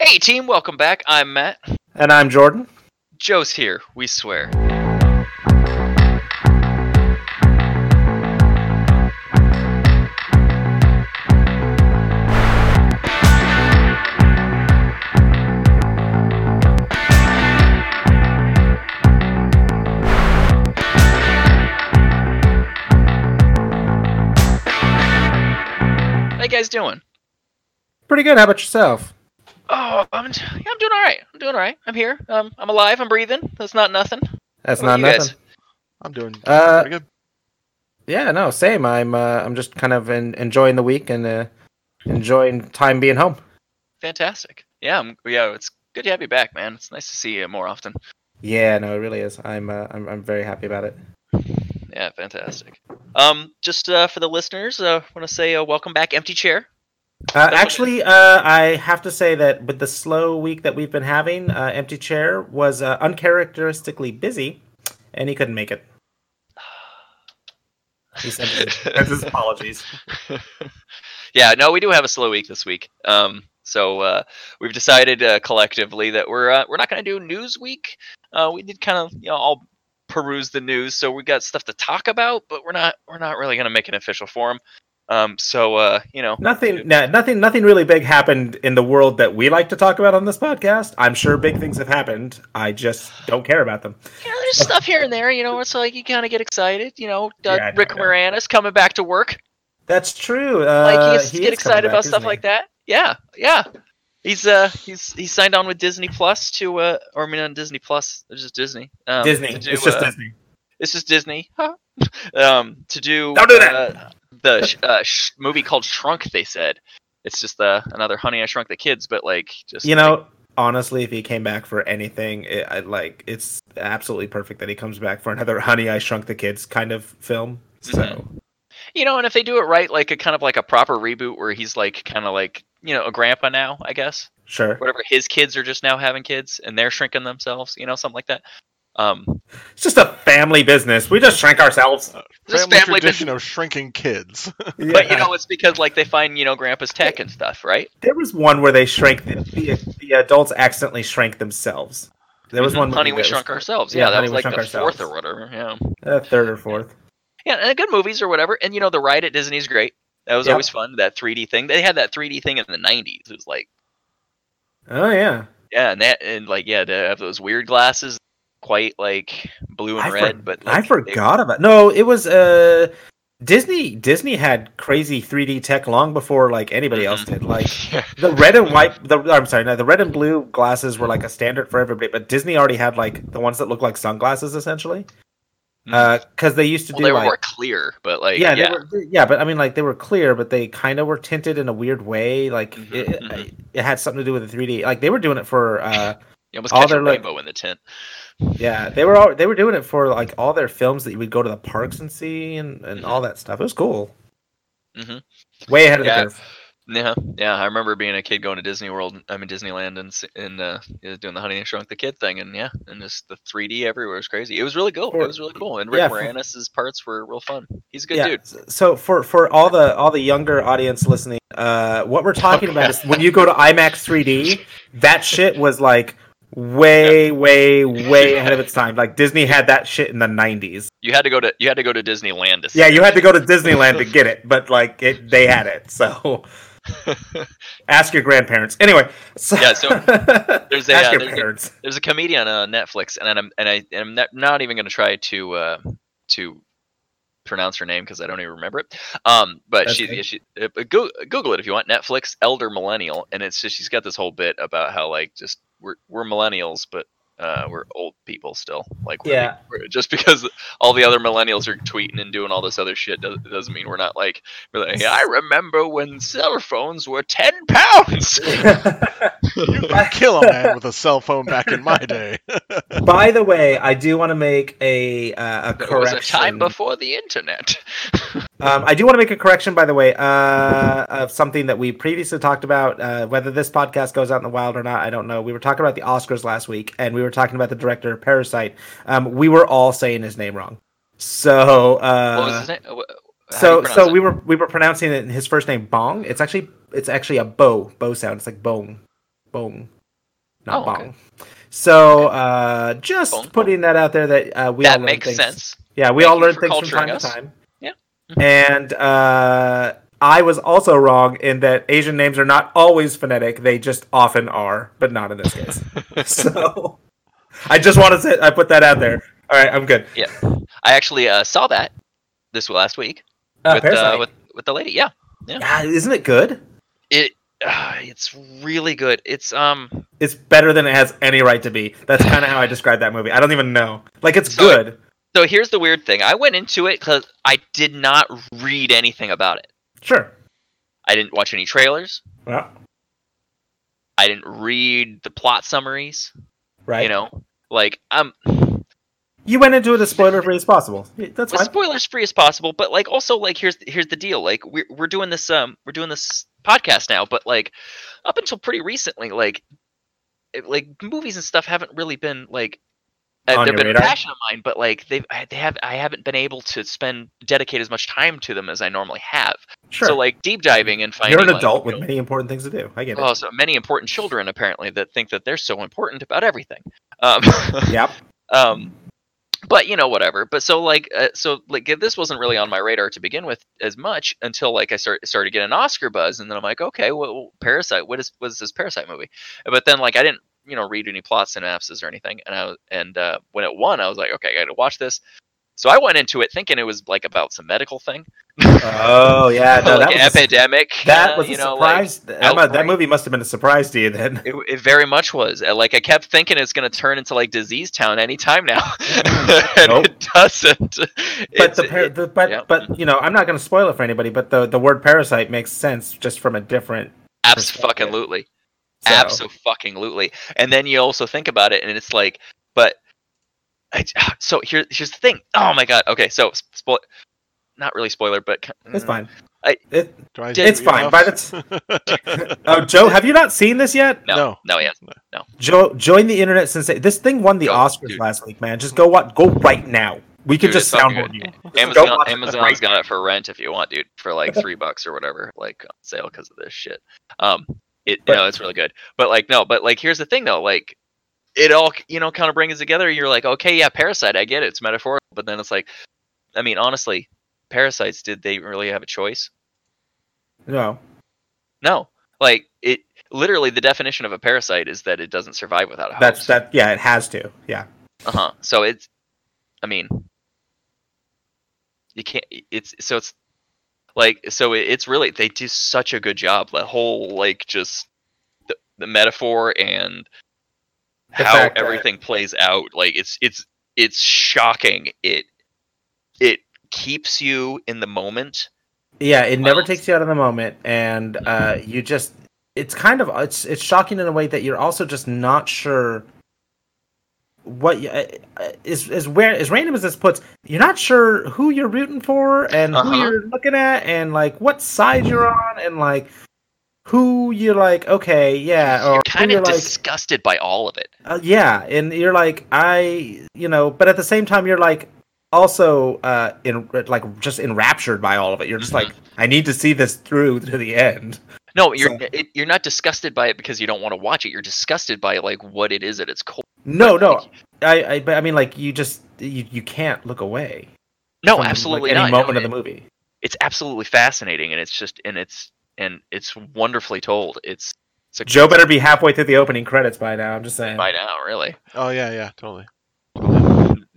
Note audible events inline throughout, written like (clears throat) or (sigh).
Hey, team, welcome back. I'm Matt. And I'm Jordan. Joe's here, we swear. How you guys doing? Pretty good. How about yourself? Oh, I'm, yeah, I'm doing all right. I'm doing all right. I'm here. Um, I'm alive. I'm breathing. That's not nothing. That's How about not you nothing. guys? I'm doing Uh, pretty good. Yeah, no, same. I'm uh, I'm just kind of en enjoying the week and uh, enjoying time being home. Fantastic. Yeah, I'm, yeah. It's good to have you back, man. It's nice to see you more often. Yeah, no, it really is. I'm uh, I'm I'm very happy about it. Yeah, fantastic. Um, just uh, for the listeners, uh, want to say uh, welcome back, Empty Chair. Uh, Definitely. actually, uh, I have to say that with the slow week that we've been having, uh, Empty Chair was uh, uncharacteristically busy, and he couldn't (sighs) make it. He sent his, sends his apologies. yeah, no, we do have a slow week this week. Um, so uh, we've decided uh, collectively that we're uh, we're not going to do news week. Uh, we did kind of you know all peruse the news, so we got stuff to talk about, but we're not we're not really going to make an official forum. Um, so uh, you know, Nothing, no, nothing, nothing really big happened in the world that we like to talk about on this podcast. I'm sure big things have happened. I just don't care about them. you know, there's stuff here and there. You know, it's like you kind of get excited. You know, uh, Yeah, I know, Rick I know. Moranis coming back to work. That's true. like you Uh, he get is coming excited back, about isn't stuff he? like that. Yeah, yeah. He's uh he's he signed on with Disney Plus to uh or I mean on Disney Plus it's just Disney um, Disney. to do, it's just uh, Disney. it's just Disney (laughs) huh? um to do Don't do that! uh, the sh- uh, sh- movie called Shrunk they said it's just uh, another Honey I Shrunk the Kids but like just You know, honestly, if he came back for anything, it, I, like it's absolutely perfect that he comes back for another "Honey, I Shrunk the Kids" kind of film. So Mm-hmm. you know and if they do it right like a kind of like a proper reboot where he's like kind of like you know a grandpa now I guess sure, whatever his kids are just now having kids and they're shrinking themselves, you know, something like that. Um, it's just a family business. We just shrink ourselves. this Family, family tradition business- of shrinking kids. (laughs) but you Yeah. know, it's because like they find you know grandpa's tech and stuff, right? There was one where they shrank the, the, the adults accidentally shrank themselves. There was one. Mm-hmm. Honey, we movie that was- shrunk ourselves. Yeah, Yeah, that Honey, was We like the Shrunk fourth Ourselves. or whatever. Yeah, uh, third or fourth. yeah, and good movies or whatever. And you know, the ride at Disney's great. That was Yep. always fun. That 3D thing. They had that 3D thing in the 90s. It was like Oh yeah, yeah, and that and like yeah, they have those weird glasses, quite like blue and I for- red. but like, I they- forgot about. No, it was uh, Disney. Disney had crazy 3D tech long before like anybody else Mm-hmm. did. (laughs) Like uh, the red and white. The I'm sorry, no, the red and blue glasses were like a standard for everybody. But Disney already had like the ones that look like sunglasses essentially, because they used to Mm-hmm. well, do they were like. more clear, but like yeah, yeah, They were, yeah, but I mean, like they were clear, but they kind of were tinted in a weird way. Like Mhm, it, mhm. it, it had something to do with the 3D. Like they were doing it for uh, you almost all catch a their, like- rainbow in the tent. Yeah, they were all they were doing it for like all their films that you would go to the parks and see and, and Mm-hmm. all that stuff. It was cool. Mhm. Way ahead of Yeah. the curve. Yeah, yeah. I remember being a kid going to Disney World. I mean Disneyland and s- and uh, yeah, doing the Honey and Shrunk the Kid thing, and yeah, and just the 3D everywhere was crazy. It was really cool. It For- was really cool, and Rick yeah, for- Moranis's parts were real fun. He's a good yeah. dude. So for for all the all the younger audience listening, uh, what we're talking about is when you go to IMAX 3D, that shit was like way way way ahead of its time. Like Disney had that shit in the 90s. You had to go to you had to go to Disneyland to see. Yeah, you had to go to Disneyland to get it, but like it, they had (laughs) it. So ask your grandparents. Anyway, so, Yeah, (laughs) so there's a, ask uh, your there's a- (laughs) parents. There's a comedian on uh, Netflix, and I'm and I and I'm not, not even going to try to uh, to pronounce her name because I don't even remember it. Um, but That's she, good. she uh, but Goo- Google it if you want. Netflix elder millennial, and it's just she's got this whole bit about how like just we're we're millennials, but uh, we're old people still. Like we're, (laughs) Yeah. we're- just because all the other millennials are tweeting and doing all this other shit does, doesn't mean we're not like, we're like, I remember when cell phones were ten pounds. You could kill a man with a cell phone back in my day. (laughs) By the way, I do want to make a uh, a There was correction. a time before the internet. um, I do want to make a correction, by the way, uh, of something that we previously talked about. Uh, whether this podcast goes out in the wild or not, I don't know. We were talking about the Oscars last week, and we were talking about the director of Parasite. Um, we were all saying his name wrong. So, uh, what was his name? Uh, wh- how do you so pronounce so it? we were we were pronouncing it his first name Bong. It's actually it's actually a bow bow sound. It's like bong bong. not Oh, bong. okay. So uh, just Bong. putting that out there that uh, we all that learn makes things. sense. Yeah, we Thank all you learn for things from culturing time us. to time. Yeah. Mm-hmm. And uh, I was also wrong in that Asian names are not always phonetic; they just often are, but not in (laughs) this case. so I just want to say I put that out there. All right, I'm good. Yeah, I actually uh, saw that this last week Uh, with, uh, Parasite. with with the lady. Yeah, yeah, isn't it good? it uh, it's really good. It's um It's better than it has any right to be. That's kind of how I describe that movie. I don't even know. Like it's So- good. so here's the weird thing. I went into it because I did not read anything about it. Sure. I didn't watch any trailers. Well, I didn't read the plot summaries. right. You know, like um, I'm You went into it as spoiler free as possible. Yeah, That's as fine. spoilers free as possible. But like also like here's here's the deal. Like we're we're doing this um we're doing this podcast now, but like up until pretty recently, like it- like movies and stuff haven't really been like. Uh, On they've your been radar? a passion of mine, but like they've I- they have I haven't been able to spend dedicate as much time to them as I normally have. Sure. So like deep diving and finding You're an like, adult you with know, many important things to do. I get it. well, so many important children apparently that think that they're so important about everything. Um, (laughs) yep. um, but you know, whatever. But so like, uh, so like, if this wasn't really on my radar to begin with as much until like I start started getting Oscar buzz, and then I'm like, okay, well, Parasite. What is what is this Parasite movie? But then like I didn't you know read any plot synopses or anything, and I was, and uh, when it won, I was like, okay, I got to watch this. So I went into it thinking it was like about some medical thing, Oh yeah. No, like that was a, epidemic. that uh, was a you know, like, surprise. Emma, that outbreak. movie must have been a surprise to you then. (laughs) It, it very much was. Uh, Like I kept thinking it's gonna turn into like Disease Town any time now, (laughs) and Nope. it doesn't. But It's- the, par- it- the but yeah. but you know I'm not going to spoil it for anybody. But the the word parasite makes sense just from a different. abs fucking lutely, So. fucking lutely. And then you also think about it, and it's like, but I, so here, here's the thing. Oh my god. Okay, so spoil, not really spoiler, but ki- It's mm. fine. I- it, Do I it's do (laughs) fine. enough? By (laughs) the t- oh, Joe, have you not seen this yet? No, no, No. yeah. Joe, join the internet since this thing won the Go, Oscars dude. last week, man. Just go what go right now. We could Dude, just it's fucking soundboard good. you. Go Amazon, watch it Amazon's right got it for rent if you want, dude, for like three bucks or whatever, like on sale because of this shit. Um, it But- no, it's really good, but like no, but like here's the thing though, like it all you know kind of brings it together. You're like, okay, yeah, Parasite, I get it, it's metaphorical, but then it's like, I mean, honestly, Parasites did they really have a choice? No. No, like it literally the definition of a parasite is that it doesn't survive without a host. That's that yeah, it has to. Yeah. Uh huh. So it's, I mean, you can't. It's so it's like so it, it's really they do such a good job. The whole like just the, the metaphor and The how fact that- everything plays out. Like it's it's it's shocking. It it keeps you in the moment. Yeah, it never Well- takes you out of the moment and uh you just it's kind of it's it's shocking in a way that you're also just not sure what you, uh, uh, is is where as random as this puts you're not sure who you're rooting for and Uh-huh. who you're looking at and like what side you're on and like who you're like okay yeah or You're who kind you're of like disgusted by all of it. Uh, yeah, and you're like I, you know, but at the same time you're like also uh in like just enraptured by all of it. You're just Mm-hmm. like I need to see this through to the end. No, you're it, you're not disgusted by it because you don't want to watch it. You're disgusted by like what it is at its core. No, Like, no. I I but I mean like you just you, you can't look away. No, from, like, Oh, absolutely any not. No, moment it- of the movie. it's absolutely fascinating and it's just and it's and it's wonderfully told it's it's a Joe better be halfway through the opening credits by now. I'm just saying. by now really Oh yeah, yeah, totally.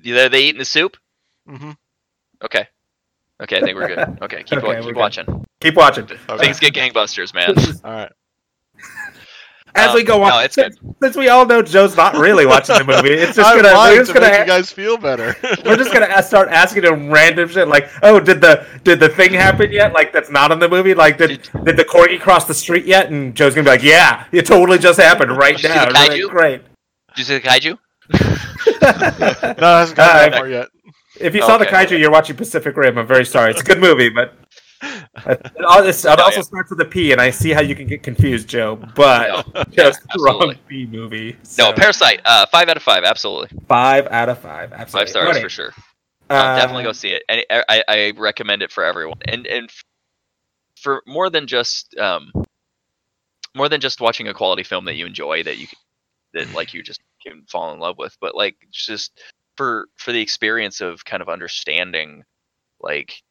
You there they eating the soup hmm okay okay i think we're good okay keep, Okay, going, we're keep good. watching Keep (laughs) watching. things get gangbusters (laughs) man All right. As Um, we go on, no, it's good. since, since we all know Joe's not really watching the (laughs) movie, it's just I gonna lied we're just to gonna make you guys (laughs) feel better. (laughs) We're just gonna ask, start asking him random shit like, "Oh, did the did the thing happen yet? Like that's not in the movie. Like did did the corgi cross the street yet?" And Joe's gonna be like, "Yeah, it totally just happened right Did you see now. the Really kaiju? great." Did you see the kaiju (laughs) no, I hasn't gotten Alright. that far yet. if you saw the Okay. kaiju, you're watching Pacific Rim. I'm very sorry. It's a good movie, but it al- it Oh, yeah. also starts with a P, and I see how you can get confused, Joe. But no, just the wrong absolutely. P movie. no So, parasite uh five out of five absolutely five out of five. Absolutely. five stars Alright, for sure uh, Uh, definitely go see it. And I, I, I recommend it for everyone. And and f- for more than just um, more than just watching a quality film that you enjoy that you can that like you just can fall in love with but like it's just for for the experience of kind of understanding like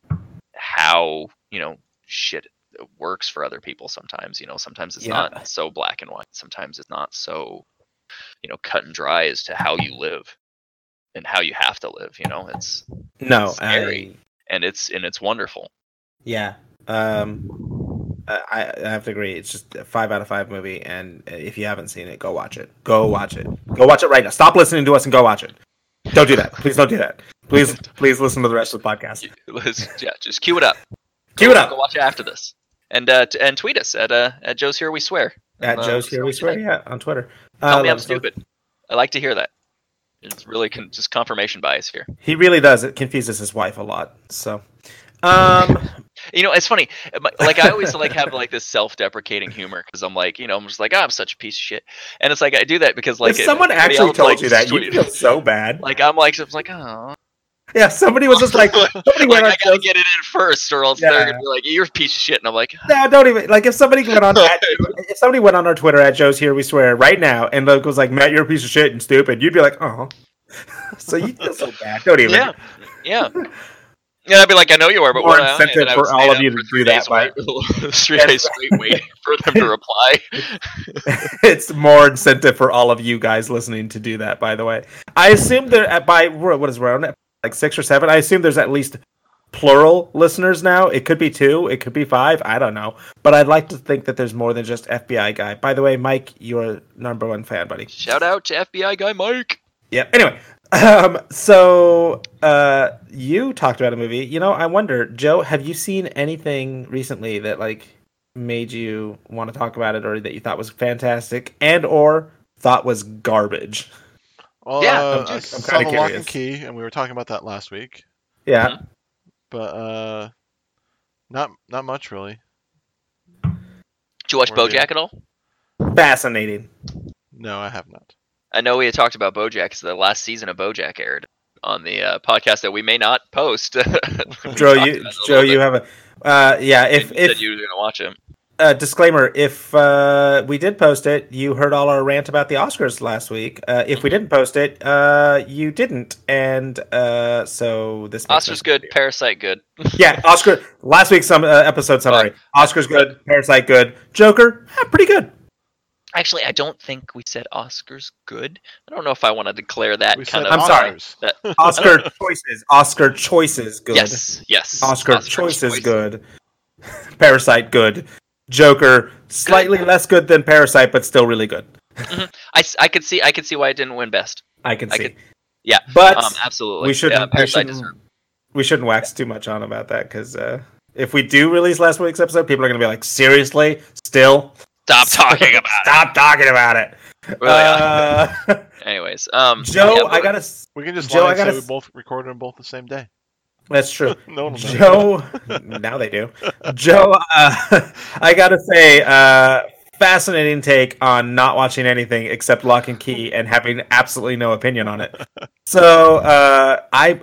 how you know shit works for other people sometimes you know sometimes it's Yeah. not so black and white sometimes it's not so you know cut and dry as to how you live and how you have to live you know it's Uh, No, Scary. I- and it's and it's wonderful Yeah. Um I, I have to agree. It's just a five out of five movie, and if you haven't seen it, go watch it. Go watch it. Go watch it right now. Stop listening to us and go watch it. Don't do that. Please don't do that. Please, please listen to the rest of the podcast. (laughs) Let's- yeah just cue it (laughs) up Cue it up. Go watch it after this. And uh, t- and tweet us at uh, at Joe's Here We Swear. At Uh, Joe's here we tell swear. me- Yeah, on Twitter. Tell Uh, me let I'm us know. stupid. I like to hear that. It's really con- just confirmation bias here. He really does. It confuses his wife a lot. So, um, You know, it's funny. my- Like I always like have like this self-deprecating humor because I'm like, you know, I'm just like, oh, I'm such a piece of shit. And it's like I do that because (laughs) like if someone everybody actually else told likes you that, you'd tweet- feel so (laughs) bad. like I'm like, I was like, oh, Yeah, somebody was just (laughs) like, somebody like, went I on gotta get it in first, or else Yeah. they're gonna be like, you're a piece of shit. And I'm like, No, don't even like if somebody went (laughs) on at, if somebody went on our Twitter at Joe's here we swear right now and like was like Matt you're a piece of shit and stupid you'd be like oh (laughs) so you feel so bad don't even Yeah, yeah. Yeah, I'd be like, I know you are, but More what am I? incentive And I for would all stay of up you to for do three that, days right? wait- (laughs) Three days straight waiting for them to reply. (laughs) it's more incentive for all of you guys listening to do that by the way I assume there at by we're- what is we're on like six or seven I assume there's at least plural listeners now it could be two it could be five I don't know but I'd like to think that there's more than just FBI guy by the way Mike you're number one fan buddy Shout out to FBI guy Mike. Yeah. Anyway, um, so uh, you talked about a movie. You know, I wonder, Joe, have you seen anything recently that like made you want to talk about it, or that you thought was fantastic, and or thought was garbage? Well, Yeah, uh, I'm I just- I'm saw kinda the lock and curious. key, and we were talking about that last week, Yeah. but uh, not not much really. Did you watch Or the- BoJack at all? Mm-hmm. Fascinating. No, I have not. I know we had talked about BoJack because the last season of BoJack aired on the uh, podcast that we may not post. (laughs) (laughs) We Joe, talked you about it a Joe, little you bit, have a uh, yeah. If and you if said you were gonna watch him, uh, disclaimer, if uh, we did post it, you heard all our rant about the Oscars last week. Uh, if Mm-hmm. we didn't post it, uh, you didn't, and uh, so this makes Oscar's us- good, Parasite good. Yeah, Oscar. Last week's some uh, episode summary. Oscar's good. Parasite good. Joker, eh, pretty good. Actually, I don't think we said Oscar's good. I don't know if I want to declare that We kind said of. I'm sorry. Oscars. Oscar choices. Oscar choices good. Yes, yes. Oscar, choices good. (laughs) Parasite good. Joker slightly less good than Parasite, but still really good. I, s- I could see I could see why it didn't win best. I can I see. could- yeah, but um, absolutely. we shouldn't. Yeah, we, Parasite shouldn't deserved- we shouldn't wax too much on about that because uh, if we do release last week's episode, people are going to be like, seriously, still Stop talking about Stop talking about it. it. Really, uh, Uh, (laughs) anyways, um, Joe, yeah, I but- gotta. s- We can just Joe, lie I and say gotta we s- both recorded them both the same day. That's true. No one will know. Joe, now they do. Joe, uh, (laughs) I gotta say, uh, fascinating take on not watching anything except Lock and Key and having absolutely no opinion on it. So uh, I,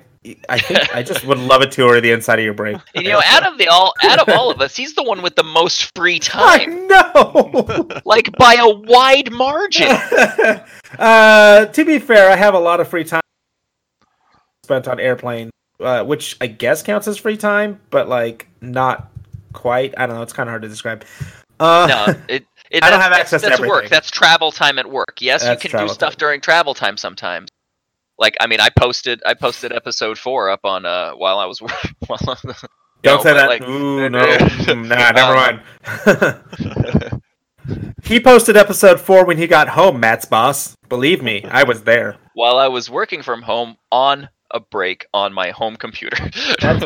I think I just would love a tour of the inside of your brain. and, (laughs) you know, out of the all out of all of us, he's the one with the most (laughs) free I time, (laughs) know. like by a wide (laughs) margin. uh, to be fair, I have a lot of free time spent on airplane, uh, which I guess counts as free time, but like not quite. I don't know. It's kind of hard to describe. Uh, No, it. It, I (laughs) don't that's- have that's- access to that's work. everything. That's travel time at work. Yes, That's you can do travel stuff time. during travel time sometimes. Like I mean, I posted I posted episode four up on uh while I was (laughs) wor- while I was no, don't but, say that. like- (laughs) Ooh, no, Mm, nah, never Um, mind. Uh, (laughs) he posted episode four when he got home. Matt's boss. Believe me, I was there. while I was working from home on a break on my home computer. That's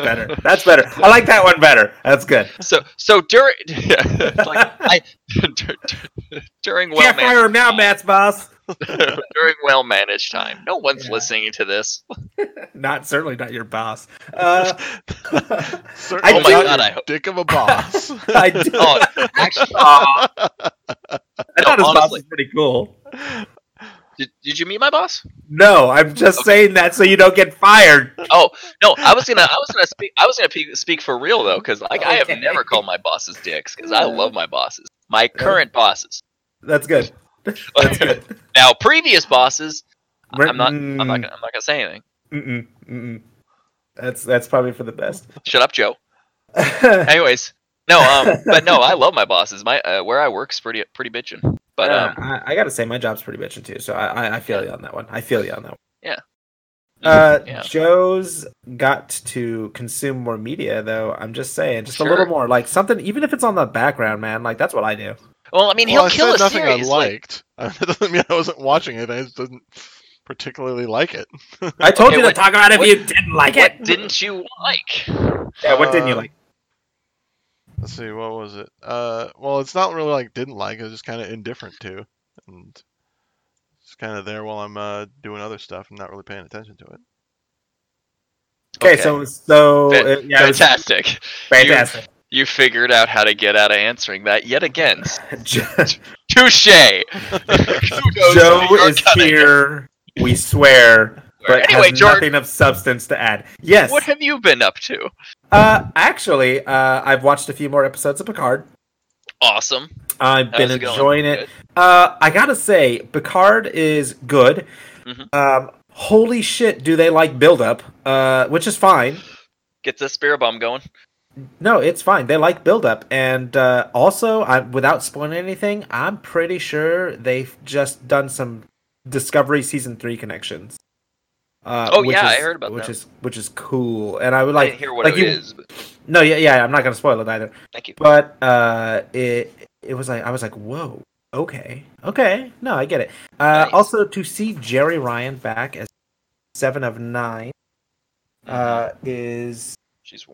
(laughs) better. That's better. I like that one better. That's good. so so during (laughs) yeah, it's (laughs) like I (laughs) dur- dur- during well Can't fire him now, Matt's boss. (laughs) managed, during well managed time. No one's Yeah. listening to this. Not certainly not your boss. Uh, (laughs) Certainly Oh my not God, your I hope- dick of a (laughs) boss. I do. (laughs) Oh, actually, Aw. I thought his boss honestly. was pretty cool. did, did you meet my boss? No, I'm just saying that so you don't get fired. Oh no, I was gonna I was gonna speak I was gonna pe- speak for real though because like I have Okay. never called my bosses dicks because I love my bosses, my current bosses. (laughs) That's good. That's good. Now, previous bosses, I- I'm not, I'm not, Mm. gonna, I'm not gonna say anything. Mm-mm, mm-mm. That's that's probably for the best. (laughs) Shut up, Joe. Anyways, no, (laughs) um, but no, I love my bosses. My uh, where I work's pretty pretty bitchin'. But Uh, um, I, I gotta say, my job's pretty bitching too. So I, I, I feel you on that one. I feel you on that one. Uh, Mm-hmm. yeah, Joe's got to consume more media, though. I'm just saying, just a Sure. little more, like something, even if it's on the background, man. Like that's what (laughs) I do. well, I mean, well, he'll I kill said a nothing series. I like- liked. (laughs) that doesn't mean I wasn't watching it. I just didn't particularly like it. I told Okay, you what- to talk about it what- if you didn't like what it. didn't you like? Yeah, what didn't you Uh, like? Let's see, what was it? Uh, well, it's not really like didn't like. I was just kind of indifferent to, and it's kind of there while I'm uh, doing other stuff. I'm not really paying attention to it. Okay, so so Fa- uh, yeah, it was fantastic. fantastic. You figured out how to get out of answering that yet (laughs) again. Joe, Touche. Kudos Joe to your is cunning. here. We swear, but Anyway, has Jordan, nothing of substance to add. Yes. what have you been up to? Uh, actually, uh, I've watched a few more episodes of Picard. Awesome. I've How's been it going? enjoying it. Uh, I gotta say, Picard is good. Mhm. Um, holy shit, do they like buildup? Uh, which is fine. Get the spirit bomb going. No, it's fine. They like buildup, and uh, also, I, without spoiling anything, I'm pretty sure they've just done some Discovery season three connections. Uh, Oh, which yeah, I is- heard about which that. is which is cool, and I would I like didn't hear what like it you- is, but No, yeah, yeah, I'm not gonna spoil it either. thank you. But uh, it it was like I was like, whoa, okay, okay, no, I get it. Uh, Nice. Also, to see Jerry Ryan back as seven of nine Mm-hmm. uh, is She's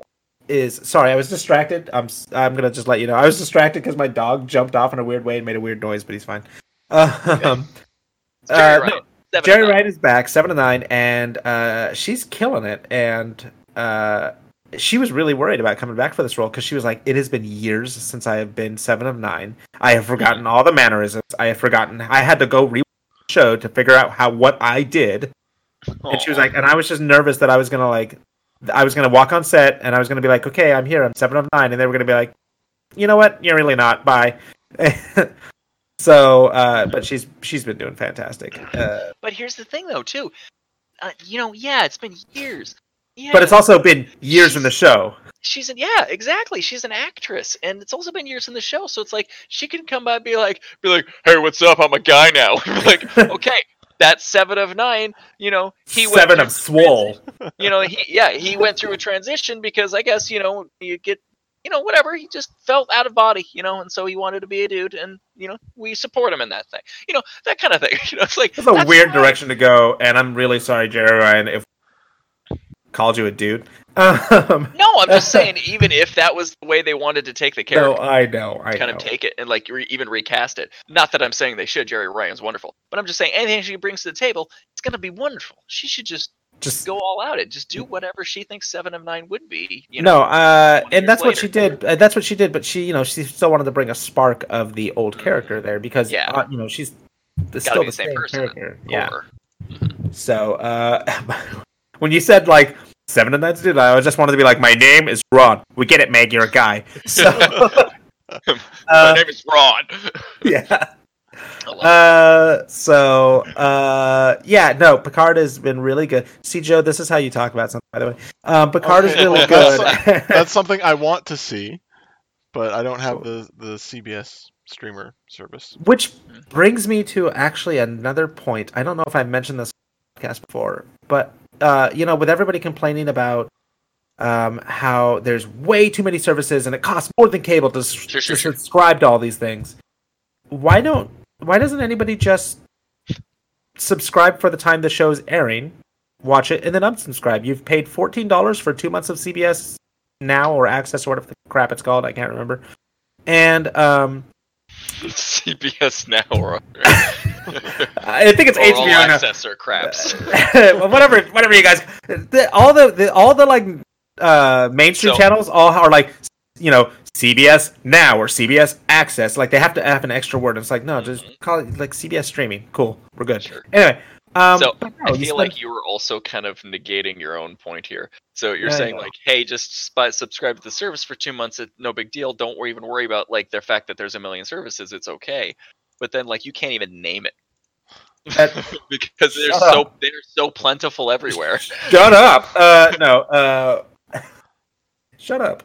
is sorry, I was distracted. I'm s- I'm gonna just let you know I was distracted because my dog jumped off in a weird way and made a weird noise, but he's fine. (laughs) Um, Jerry uh, Ryan. no, Seven Jerry of nine. Ryan is back, seven to nine, and uh, she's killing it. And uh, she was really worried about coming back for this role because she was like, "It has been years since I have been seven of nine. I have forgotten all the mannerisms. I have forgotten. I had to go re the show to figure out how what I did." And she was Aw. like, and I was just nervous that I was gonna like, I was gonna walk on set and I was gonna be like, "Okay, I'm here. I'm seven of nine. and they were gonna be like, "You know what? You're really not. Bye." (laughs) so, uh, but she's she's been doing fantastic. Uh, But here's the thing, though, too. Uh, you know, yeah, it's been years. Yeah, but it's also been years in the show. she's an yeah, exactly. She's an actress, and it's also been years in the show. So it's like she can come by and be like, be like, hey, what's up? I'm a guy now. (laughs) (laughs) like, okay, that's seven of nine. You know, he went Seven through of Swole. you know he yeah he went through a transition because i guess you know you get you know whatever he just felt out of body you know and so he wanted to be a dude and you know we support him in that thing you know that kind of thing (laughs) you know it's like That's a weird fine. direction to go, and I'm really sorry, Jerry Ryan, if called you a dude. (laughs) Um, no i'm (laughs) just saying even if that was the way they wanted to take the character no, I know, I kind of know. take it and like re- even recast it not that i'm saying they should jerry ryan's wonderful but i'm just saying anything she brings to the table it's going to be wonderful she should just Just go all out and just do whatever she thinks seven of nine would be you know no, uh, 20 and that's years what she later. did. Uh, that's what she did. But she, you know, she still wanted to bring a spark of the old character there because, Yeah. uh, you know, she's Gotta the, still be the same, person, character. Yeah. Or- So uh, (laughs) when you said like seven to nine to do, I just wanted to be like, my name is Ron. We get it, Meg. You're (laughs) a guy. So my uh, (laughs) name is ron yeah. I (laughs) love Uh, so uh, yeah. No, Picard has been really good. See, Joe, this is how you talk about something. By the way, um, Picard (laughs) is Okay, really well, good. (laughs) That's something I want to see, but I don't have the the CBS streamer service. Which brings me to actually another point. I don't know if I mentioned this on the podcast before, but uh, you know, with everybody complaining about um, how there's way too many services and it costs more than cable to, s- Sure, sure, to sure. subscribe to all these things, why don't why doesn't anybody just subscribe for the time the show's airing, watch it, and then unsubscribe? You've paid fourteen dollars for two months of CBS now or access or whatever the crap it's called, I can't remember. And um CBS Now (laughs) or, I think it's or all HBO now. Uh, access or craps. (laughs) Well, whatever, whatever you guys. The, all the, the all the like uh, mainstream So- channels all are like you know CBS Now or CBS Access. Like they have to have an extra word. It's like no, just call it like CBS streaming. Cool, we're good. Mm-hmm. Sure. Anyway, um, So, but no, I you feel spend- like you were also kind of negating your own point here. So you're Yeah, I saying know. like, hey, just spot, subscribe to the service for two months. It's no big deal. Don't worry, even worry about like the fact that there's a million services. It's okay. but then like you can't even name it That- (laughs) because they're Shut so they're so plentiful everywhere. (laughs) Shut up. Uh, no. Uh, (laughs) shut up.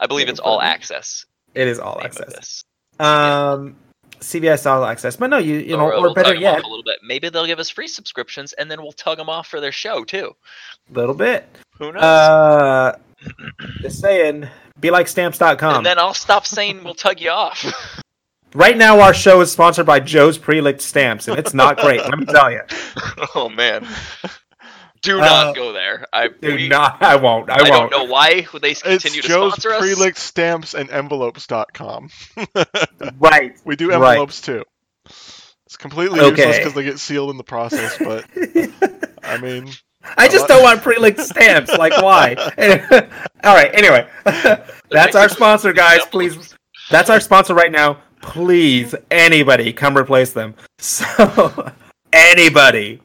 I believe Yeah, it's all pardon. access. It is all name of access. this. Um, CBS all access. But no, you you know, or, or we'll better tug 'em yet, off a little bit. Maybe they'll give us free subscriptions, and then we'll tug them off for their show too. little bit. Who knows? Uh, just saying. Be like stamps.com. and then I'll stop saying we'll tug you off. (laughs) right now, our show is sponsored by Joe's Pre-Licked Stamps, and it's not great. let me tell (laughs) you. oh man, (laughs) do Uh, not go there. I Do we- not. I won't. I, I don't won't. know why they continue it's to Joe's sponsor us. pre-licked stamps and envelopes.com. Right. We do Right. envelopes too. It's completely useless Okay. because they get sealed in the process, but I mean, I just don't want pre-licked stamps. Like, why? (laughs) All right. Anyway, (laughs) that's our sponsor, guys. Please, that's our sponsor right now. Please, anybody, come replace them. (laughs) So, anybody.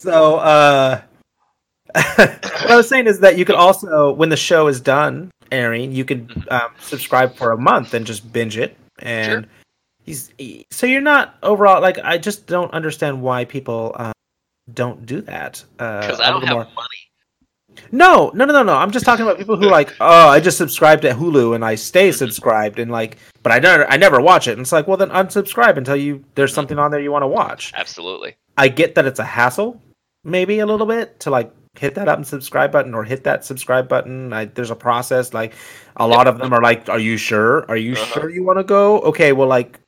So, uh, (laughs) what I was saying is that you could also, when the show is done airing, you Mm-hmm. could um, subscribe for a month and just binge it. And he's so you're not overall like I just don't understand why people um, don't do that. uh, because Because I don't have money. no, no, no, no, no. I'm just talking about people who like, oh, I just subscribed to Hulu and I stay Mm-hmm. subscribed and like, but I never, I never watch it. And it's like, well, then unsubscribe until you there's something on there you want to watch. Absolutely. I get that it's a hassle, maybe a little bit to like hit that up and subscribe button or hit that subscribe button. I, there's a process. Like a lot of them are like, are you sure? Are you Uh-huh. sure you want to go? Okay, well, like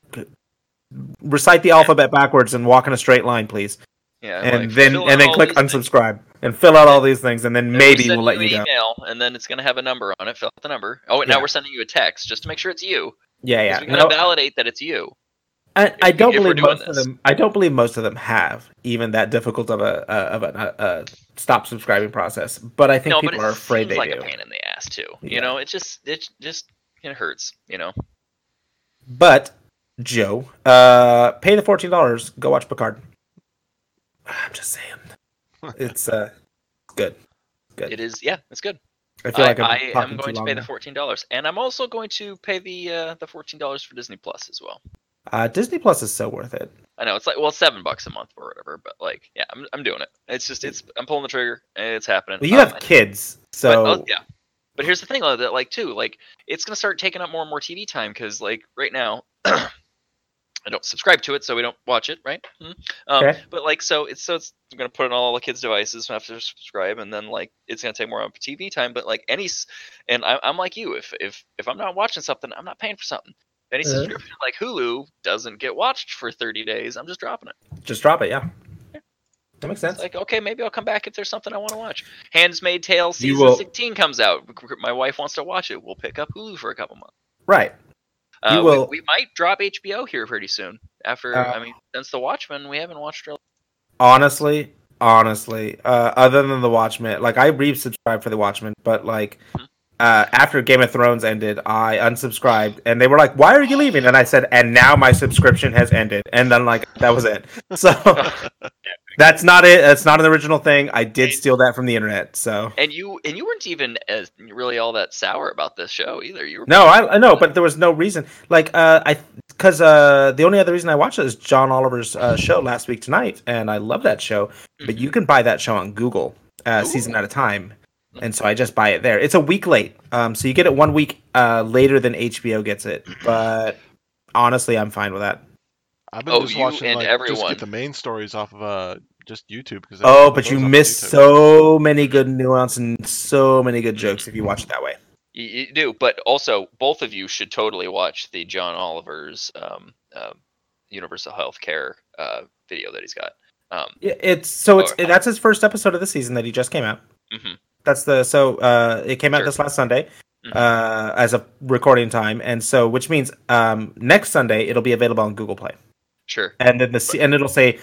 recite the alphabet backwards and walk in a straight line, please, Yeah. and like, then fill out and then all click these things, unsubscribe and fill out all these things, and then and maybe send we'll let an you go. Email, and then it's gonna have a number on it. Fill out the number. Oh, and Yeah. now we're sending you a text just to make sure it's you. Yeah, 'cause yeah. We gotta No, validate that it's you. I, I if- don't if we're believe doing most of this. them. I don't believe most of them have even that difficult of a uh, of a uh, stop subscribing process. But I think no, people but it are afraid seems they like do. a pain in the ass too. Yeah. You know, it just it just it hurts. You know. But Joe, uh, pay the fourteen dollars. Go watch Picard. I'm just saying, it's uh, good. Good. It is. Yeah, it's good. I I, feel like I'm I talking am too going to long pay now. the fourteen dollars, and I'm also going to pay the uh, the fourteen dollars for Disney Plus as well. uh, Disney Plus is so worth it. I know it's like well seven bucks a month or whatever, but like yeah, I'm I'm doing it. It's just it's I'm pulling the trigger and it's happening. Well, you Um, have kids, but, so oh, yeah. But here's the thing though, that like too, like it's gonna start taking up more and more TV time because like right now. (clears throat) I don't subscribe to it, so we don't watch it, right? Mhm. Um, Okay. But like, so it's so it's I'm gonna put it on all the kids' devices and have to subscribe, and then like it's gonna take more on TV time. But like any, s- and I, I'm like you, if if if I'm not watching something, I'm not paying for something. Any Uh-huh. subscription like Hulu doesn't get watched for 30 days. I'm just dropping it. just drop it. Yeah, that makes It's sense. like, okay, maybe I'll come back if there's something I want to watch. Handmaid's Tale You season will- 16 comes out. My wife wants to watch it. We'll pick up Hulu for a couple months. Right. Uh, You we- will- We, might drop HBO here pretty soon. After, Uh, I mean, since The Watchmen, we haven't watched. Really... Honestly, honestly, uh, other than the Watchmen, like I resubscribed for the Watchmen, but like Mhm. uh, after Game of Thrones ended, I unsubscribed, and they were like, "Why are you leaving?" And I said, "And now my subscription has ended." And then like that was it. So that's not it. That's not an original thing. I did steal that from the internet. So And you and you weren't even as really all that sour about this show either. You were no, I I know, but there was no reason. Like uh, I because uh, the only other reason I watched it is John Oliver's uh, show last week tonight, and I love that show. but you can buy that show on Google uh, Ooh. season at a time. And so I just buy it there. It's a week late, um, so you get it one week uh, later than HBO gets it. But honestly, I'm fine with that. I've been Oh, just you watching and like just everyone. get the main stories off of uh just YouTube because Oh, but you miss so many good nuance and so many good jokes if you watch it that way. You, you do, but also both of you should totally watch the John Oliver's um, uh, universal health care uh, video that he's got. Um, Yeah, It's so it's Oh. that's his first episode of the season that he just came out. mhm. That's the so uh, it came out Sure. this last Sunday Mhm. uh, as a recording time, and so which means um, next Sunday it'll be available on Google Play. Sure. and then the se- and it'll say,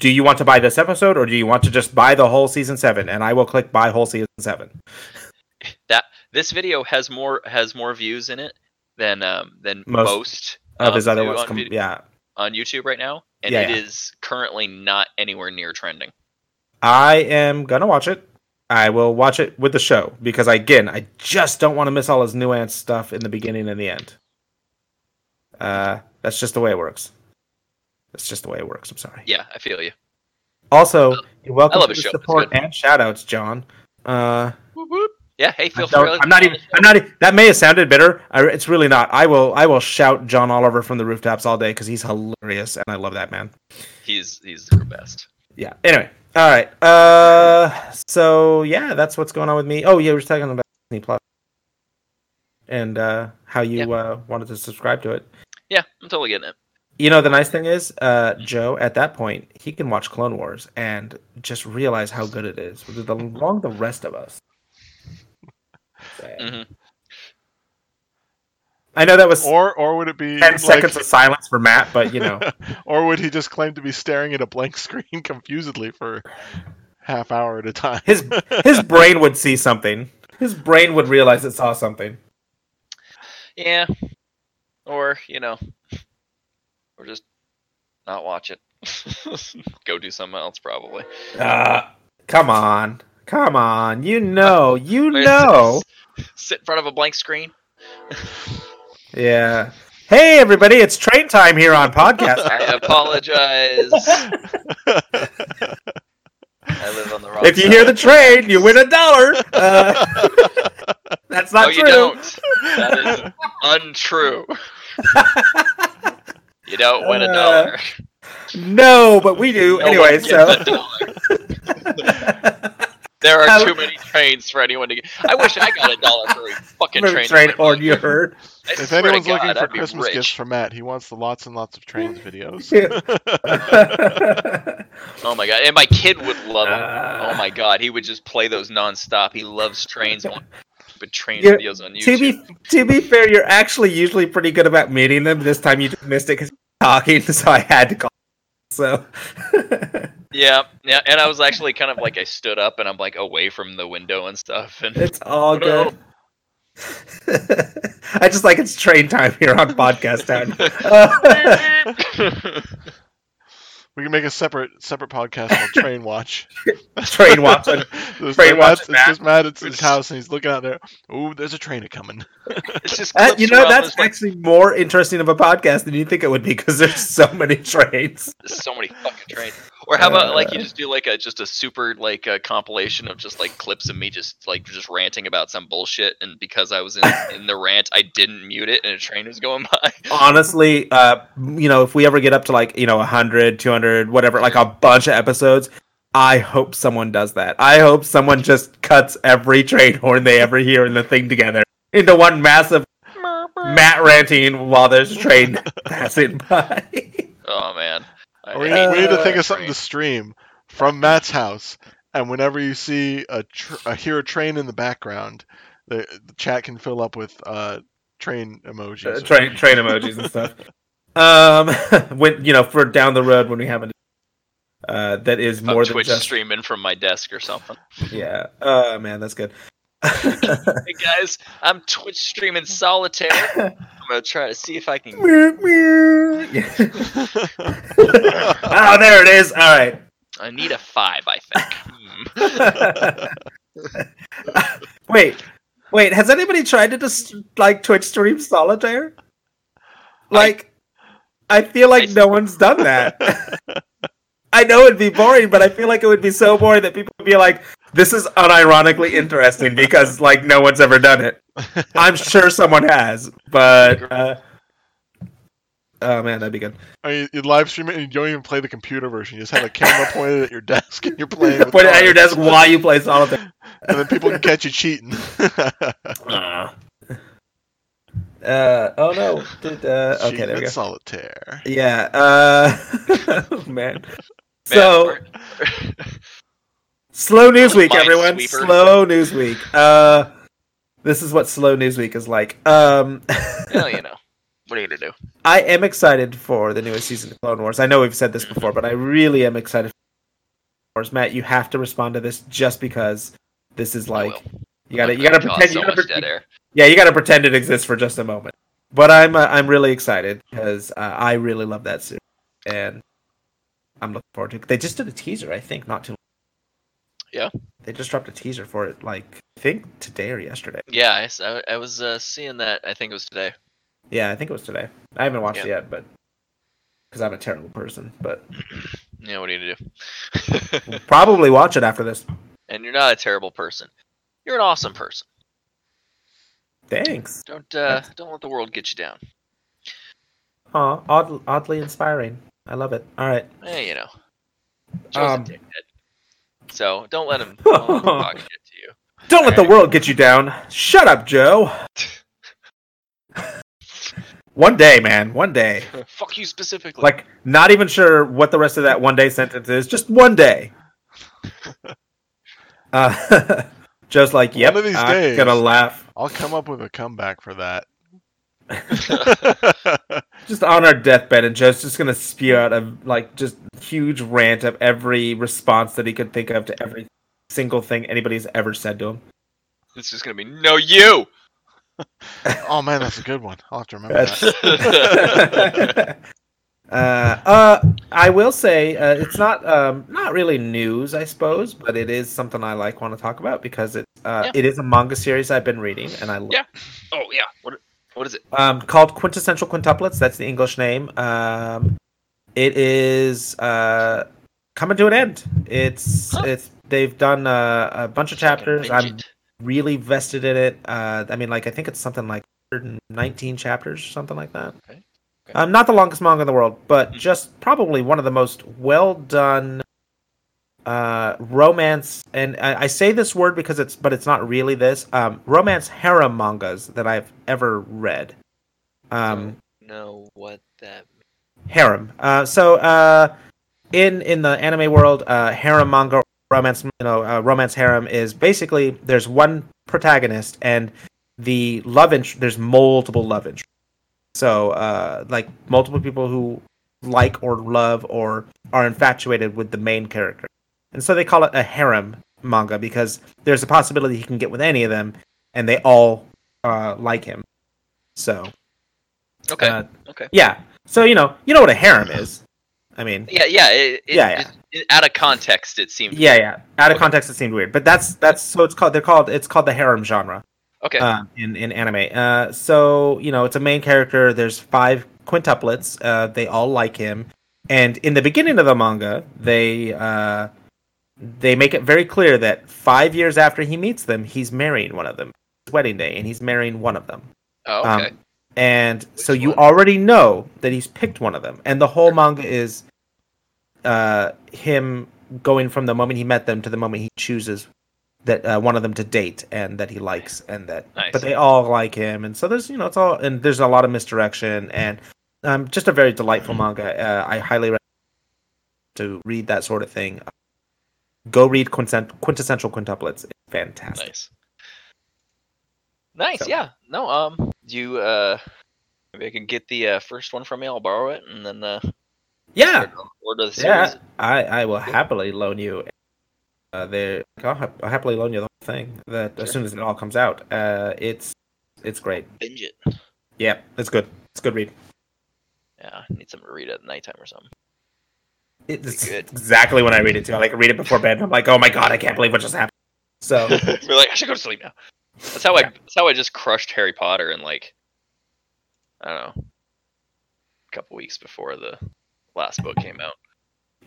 "Do you want to buy this episode, or do you want to just buy the whole season seven? And I will click buy whole season seven. this video has more has more views in it than um than most, Most Of his um, other do ones, on, com- vid- yeah. on YouTube right now, and Yeah, it yeah. is currently not anywhere near trending. I am gonna watch it. I will watch it with the show because again, I just don't want to miss all his nuanced stuff in the beginning and the end. Uh, that's just the way it works. That's just the way it works. I'm sorry. Yeah, I feel you. Also, you're welcome I love to his show. the It's support good. and shout outs, John. Uh, Whoop, whoop. Yeah, hey, I feel free. don't- I'm not even. I'm not. e- That may have sounded bitter. I, it's really not. I will. I will shout John Oliver from the rooftops all day because he's hilarious and I love that man. He's he's the best. Yeah. Anyway. All right. Uh. So yeah, that's what's going on with me. Oh yeah, we were talking about Disney Plus and uh, how you uh, wanted to subscribe to it. Yeah, I'm totally getting it. You know, the nice thing is, uh, Joe, at that point, he can watch Clone Wars and just realize how good it is with the- along the rest of us. Sad. Mhm. I know that was Or or would it 10 be like- seconds of silence for Matt, but you know. or would he just claim to be staring at a blank (laughs) screen confusedly for half hour at (laughs) a time? (laughs) His his brain would see something. His brain would realize it saw something. Yeah. Or, you know, or just not watch it. (laughs) Go do something else, probably. Uh, come on. Come on. You know. You Or know. s- (laughs) Sit in front of a blank screen. Yeah. Hey, everybody. It's train time here (laughs) on podcast. I (laughs) apologize. I live (laughs) on the wrong If you hear the side. train, you win a dollar. Uh, that's No, not you true. don't. That is (laughs) untrue. you don't win a Uh, dollar. (laughs) No, but we do. No one anyway, gets (laughs) so a dollar. There are How- too many trains for anyone to get. I wish I got a dollar for a fucking train, train. train every horn month. (laughs) (laughs) you heard. I if swear to anyone's God, looking for I'd be Christmas rich. gifts for Matt, he wants the lots and lots (laughs) of trains videos. Oh my god! And my kid would love it. Uh, oh my god, he would just play those nonstop. He loves trains. and But train You're- videos on to YouTube. be to be fair, you're actually usually pretty good about meeting them. This time you just missed it because talking, (laughs) so I had to call. So (laughs) yeah, yeah. And I was actually kind of like I stood up and I'm like away from the window and stuff. And it's all No. good. (laughs) I just like it's train time here on podcast (laughs) time. Uh, We can make a separate separate (laughs) podcast called Train Watch. train Uh, watch. (laughs) on- There's Train no- Watch with Matt's- It's Matt. just Matt at his house and he's looking out there. Ooh, there's a train a coming. it's just Uh, clips you know around that's this, like, actually more interesting of a podcast than you think it would be because there's (laughs) so many trains. so many fucking trains. Or how about like Uh, you just do like a just a super like a compilation of just like clips of me just like just ranting about some bullshit. And because I was in in the rant, I didn't mute it, and a train was going (laughs) by. honestly uh you know if we ever get up to like you know 100 200 whatever like a bunch of episodes i hope someone does that i hope someone just cuts every train horn they ever hear in the thing together into one (laughs) massive matt ranting while there's a train (laughs) passing by Oh man. I Or we, hate we need to that think of something Uh, train. to stream from Matt's house. And whenever you see a, tr- a hear a train in the background, the, the chat can fill up with uh, train emojis. Uh, (laughs) train train emojis and stuff um (laughs) when you know for down the road when we have a uh that is I'm more than Twitch just streaming from my desk or something. yeah oh man that's good (laughs) hey guys, I'm Twitch streaming (laughs) solitaire. I'm gonna try to see if I can. Meow, meow. (laughs) All oh, there it is. All right. I need a five, I think. Hmm. (laughs) wait, wait. Has anybody tried to just like Twitch stream solitaire? Like, I, feel like I- no one's done that. I know it'd be boring, but I feel like it would be so boring that people would be like, "This is unironically interesting because like no one's ever done it." I'm sure someone has, but uh, oh man, that'd be good. you, you live stream it and you don't even play the computer version. You just have a camera pointed at your desk and you're (laughs) playing. with Put it at your cards. desk while you play solitaire. and then people can catch (laughs) you cheating. Uh, oh no! Did, uh, okay, (laughs) Cheating there we in go. Solitaire. Yeah. Uh, (laughs) oh, man. Man, So we're- slow news week, Minesweeper. everyone. Slow news week. Uh, this is what slow news week is like. Um, (laughs) well, you know, what are you gonna do? I am excited for the newest season of Clone Wars. I know we've said this before, but I really am excited. For Clone Wars, Matt, you have to respond to this just because this is like Oh you gotta you gotta pretend you so gotta much pre- dead air. Yeah, you got to pretend it exists for just a moment. But I'm uh, I'm really excited because uh, I really love that series, and I'm looking forward to. it. They just did a teaser, I think, not too. long. Yeah. They just dropped a teaser for it, like I think today or yesterday. Yeah, I s- I, I was uh, seeing that. I think it was today. Yeah, I think it was today. I haven't watched it yet, but because I'm a terrible person. But (laughs) Yeah, what are you gonna do? probably watch it after this. and you're not a terrible person. You're an awesome person. Thanks. Don't uh, don't let the world get you down. Aw, odd, oddly inspiring. I love it. All right. Eh, you know. Joe's Um, a dickhead. So don't (laughs) let him, don't let him talk shit to you. Don't let the world get you down. Shut up, (laughs) Joe. one day, man. One (laughs) day. Fuck you specifically. Like, not even sure what the rest of that one day sentence is. Just one (laughs) day. Uh, (laughs) Joe's like, yep, One of these I'm days." gonna laugh. I'll come up with a comeback (laughs) for that. (laughs) Just on our deathbed, and Joe's just gonna spew out a like just huge rant of every response that he could think of to every single thing anybody's ever said to him. it's just gonna be no you. oh man, that's a good one. I'll have to remember That's- that. (laughs) uh, (laughs) uh, I will say uh, it's not um, not really news, I suppose, but it is something I like want to talk about because it's uh, Yeah. it is a manga series I've been reading and I love Yeah. Oh yeah. What what is it? um, called Quintessential Quintuplets. That's the English name. Um, it is uh, coming to an end. It's Huh. it's they've done uh, a bunch of chapters. Binge I'm it. really vested in it. Uh, I mean, like I think it's something like 119 chapters, or something like that. Okay. Okay. Um, not the longest manga in the world, but Mhm. just probably one of the most well done uh, romance. And I, I say this word because it's, but it's not really this um, romance harem mangas that I've ever read. Um, know what that harem. Uh, so uh, in in the anime world, uh, harem manga romance, you know, uh, romance harem is basically there's one protagonist and the love interest. There's multiple love interests. So uh, like multiple people who like or love or are infatuated with the main character, and so they call it a harem manga because there's a possibility he can get with any of them, and they all uh, like him. So Okay. uh, okay. yeah. So you know, you know what a harem is. I mean, Yeah, yeah, it, it, Yeah, yeah. It, it- out of context it seemed. yeah, yeah. Out of Okay. context, it seemed weird, but that's that's so it's called. They're called. It's called the harem genre Okay. uh, in in anime. Uh, so you know, it's a main character. There's five quintuplets. Uh, they all like him, and in the beginning of the manga, they uh, they make it very clear that five years after he meets them, he's marrying one of them. It's wedding day, and he's marrying one of them. oh, um, okay. and so Which you one? already know that he's picked one of them and the whole manga is uh him going from the moment he met them to the moment he chooses that uh, one of them to date and that he likes and that Nice. but they all like him and so there's you know it's all and there's a lot of misdirection and um just a very delightful Mm-hmm. manga uh, i highly recommend to read that sort of thing go read Quincent- quintessential quintuplets it's fantastic nice. Nice, So- yeah. No, um you uh maybe I can get the uh, first one from you, I'll borrow it and then uh yeah order- order the series. Yeah, I, I will happily loan you. Uh, there, I'll, hap- I'll happily loan you the whole thing. That as Sure. soon as it all comes out, uh, it's it's great. Binge it. Yeah, it's good. It's a good read. Yeah, I need something to read at nighttime or something. (laughs) It's good. exactly when I read it too. I like read it before bed. And I'm like, oh my god, I can't believe what just happened. So (laughs) We're like, I should go to sleep now. That's how I that's how I just crushed Harry Potter in like I don't know. A couple weeks before the last book came out.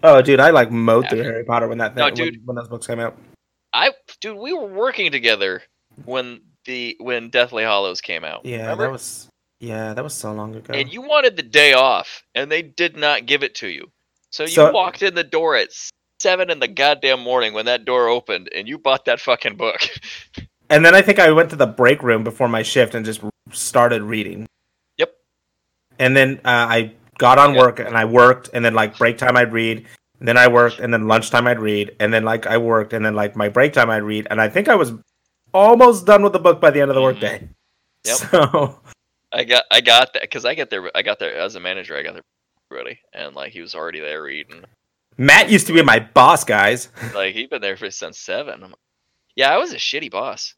oh dude, I like mowed through Yeah. Harry Potter when that thing, No, when, dude. when those books came out. I dude, we were working together when the when Deathly Hollows came out. Yeah, remember? that was yeah, that was so long ago. and you wanted the day off, and they did not give it to you. So you So- walked in the door at seven in the goddamn morning when that door opened, and you bought that fucking book. (laughs) and then I think I went to the break room before my shift and just started reading. Yep. And then uh, I got on Yeah. work and I worked, and then like break time I'd read, and then I worked, and then lunchtime I'd read, and then like I worked, and then like my break time I'd read, and I think I was almost done with the book by the end of the Mhm. workday. Yep. (laughs) So I got I got that because I got there I got there as a manager. I got there ready, and like he was already there (laughs) reading. Matt used to be my boss, guys. Like he'd been there for since seven. I'm like, yeah, I was a shitty boss.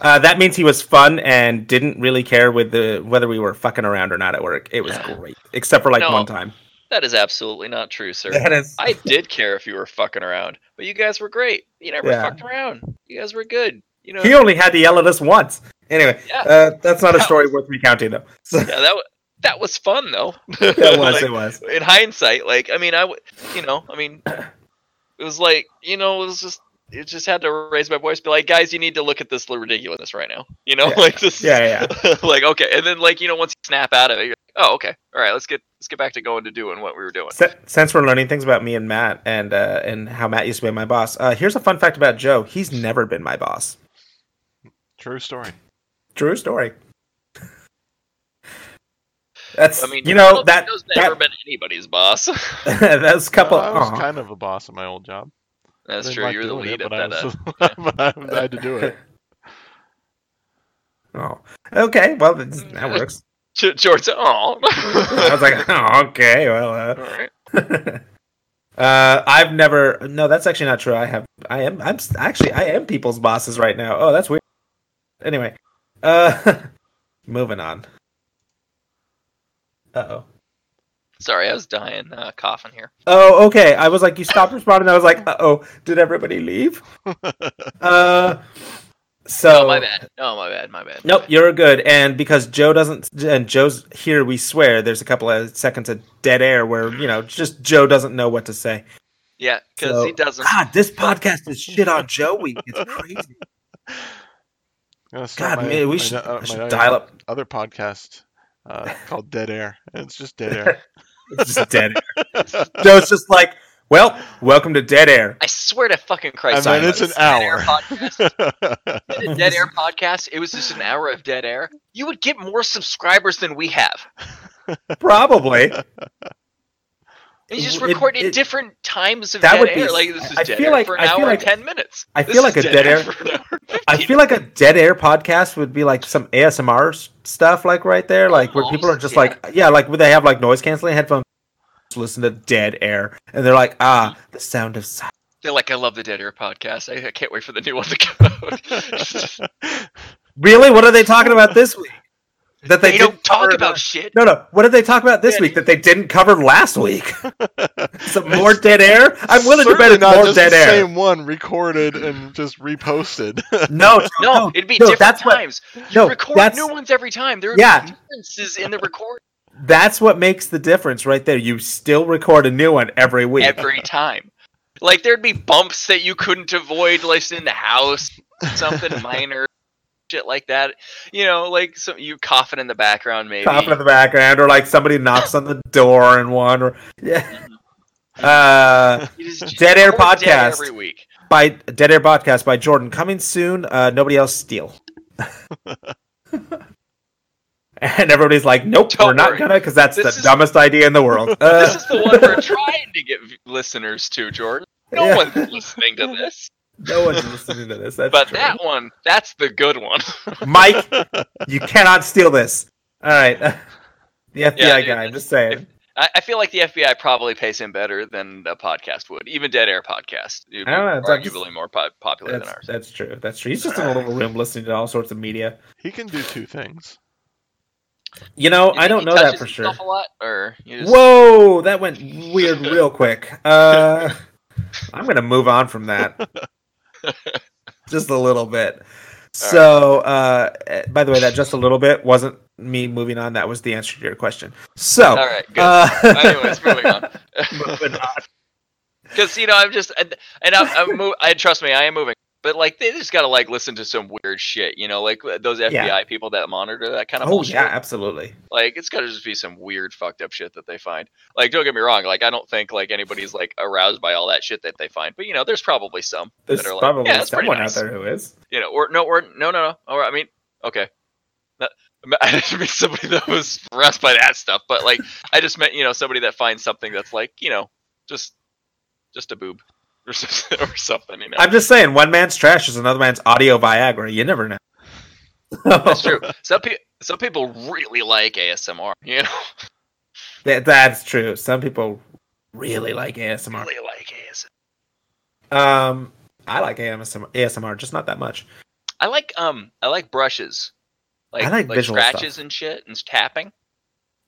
Uh, that means he was fun and didn't really care with the whether we were fucking around or not at work. It was great, except for like No. one time. that is absolutely not true, sir. That is I did care if you were fucking around, but you guys were great. You never Yeah. fucked around. You guys were good. You know, he only had to yell at us once. Anyway, Yeah. uh, that's not a That story worth recounting, though. (laughs) So, yeah, that wa- that was fun though. (laughs) That was Like, it was. in hindsight, like I mean, I would, you know, I (clears throat) mean, it was like you know, it was just it just had to raise my voice, be like, guys, you need to look at this ridiculousness right now, you know, Yeah. (laughs) like this, Yeah, yeah, like okay, and then like you know, once you snap out of it, you're like, oh okay, all right, let's get let's get back to going to doing what we were doing. Si- Since we're learning things about me and Matt and uh, and how Matt used to be my boss, uh, here's a fun fact about Joe. He's never been my boss. True story. True story. (laughs) That's I mean, you know Joe's- that (laughs) Joe's never that been anybody's (laughs) boss. (laughs) that's couple. uh-huh. I was aw. kind of a boss at my old job. That's Didn't true. like you were the doing lead it, at but I that. (laughs) uh, was- but I had to (laughs) do it. oh, okay. Well, that's- (laughs) that works. (laughs) Ge- George, oh, (laughs) I was like, (laughs) oh, okay. Well, uh, all right. uh, I've never. No, that's actually not true. I have. I am. I'm s- actually. I am people's bosses right now. Oh, that's weird. Anyway, uh, (laughs) moving on. Uh oh. Sorry, I was dying, uh, coughing here. Oh, okay. I was like, you stopped responding. I was like, uh oh, did everybody leave? uh, so Oh, my bad. Oh, my bad. My bad. my Nope, bad. you're good. And because Joe doesn't, and Joe's here, we swear. There's a couple of seconds of dead air where you know, just Joe doesn't know what to say. Yeah, because So- he doesn't. God, this podcast is shit on Joe week. It's crazy. Gonna start God, my- man, my we should, no- uh, we my should other- dial (laughs) up. other podcast uh, called Dead Air. And it's just dead air. (laughs) It's just dead air. Joe's just like, well, welcome to dead air. I swear to fucking Christ. I mean, it's Simon. an Dead Air hour. podcast. Did a dead air podcast. It was just an hour of dead air. You would get more subscribers than we have. Probably. And you just It- record at it- different times of That dead would be- air. Like this is I dead feel air like- for I an feel hour like- and ten minutes. I This feel is like a dead air- (laughs) for an hour and I 15 feel like a dead air podcast would be like some ASMR s- stuff, like right there, like where people are just Almost, like, Oh, yeah, like where they have like noise canceling headphones, just listen to dead air, and they're like, ah, the sound of silence. They're like, I love the dead air podcast. I, I can't wait for the new one to come (laughs) (laughs) out. Really, what are they talking about this week? That they, don't didn't talk cover about last- shit. No, no. What did they talk about this Yeah. week that they didn't cover last (laughs) week? Some more dead air. (laughs) I'm willing to bet Certainly it's not more just dead the air. Same one recorded and (laughs) just reposted. (laughs) No, No, it'd be no, different that's what- times. you no, record that's- new ones every time. There are Yeah. differences in the record That's what makes the difference, right there. You still record a new one every week. every time. Like there'd be bumps that you couldn't avoid, like in the house, (laughs) something minor, shit like that. You know, like some you coughing in the background, maybe. Top of the background, or (laughs) like somebody knocks on the door and one, or yeah. Uh, You just- just Dead Air record Dead Podcast. every week. by Dead Air Podcast by Jordan coming soon. Uh, nobody (laughs) else steal. and everybody's like, nope, Don't we're not worry. gonna, because that's This the is- dumbest idea in the world. (laughs) This Uh, is the one we're trying to get v- listeners to, Jordan. No Yeah. one's listening to this, (laughs) no one's listening to this. (laughs) That's but true. that one, that's the good one. (laughs) Mike, you cannot steal this. All right, (laughs) the FBI Yeah, dude, guy. I'm just saying. I, I feel like the FBI probably pays him better than a podcast would, even Dead Air Podcast. It would I don't know, be it's like- arguably more po- popular than That's, ours. that's true. That's true. He's just in a little room listening to all sorts of media. he can do two things. You know, You think I don't he know that touches for sure. himself A lot, or you just- Whoa, that went (laughs) weird real quick. Uh, I'm gonna move on (laughs) from that, just a little bit. So, uh, eh, by the way, that just a little bit wasn't me moving on. That was the answer to your question. So, All right, good. uh, (laughs) Anyways, moving on. moving on. Because you know, I'm just and, and I'm, I'm move, I trust me, I am moving. But like, they just gotta like listen to some weird shit, you know, like uh, those FBI people that monitor that kind of. Oh bullshit. yeah, absolutely. Like it's gotta just be some weird fucked up shit that they find. Like, don't get me wrong, like I don't think like anybody's like aroused by all that shit that they find. But you know, there's probably some There's that are like, probably yeah, that's pretty someone nice. out there who is. you know, or no, or no, no, no. Or I mean, okay. Not- (laughs) I didn't mean somebody that was harassed by that stuff, but like I just meant you know somebody that finds something that's like you know just just a boob or (laughs) something, or something you know. I'm just saying, one man's trash is another man's audio Viagra. You never know. that's true. Some people some people really like ASMR. (laughs) You know, (laughs) That, that's true. Some people really like ASMR. really like ASMR. Um, I like ASMR, ASMR just not that much. I like um I like brushes, like like like, visual stuff. scratches and shit and tapping,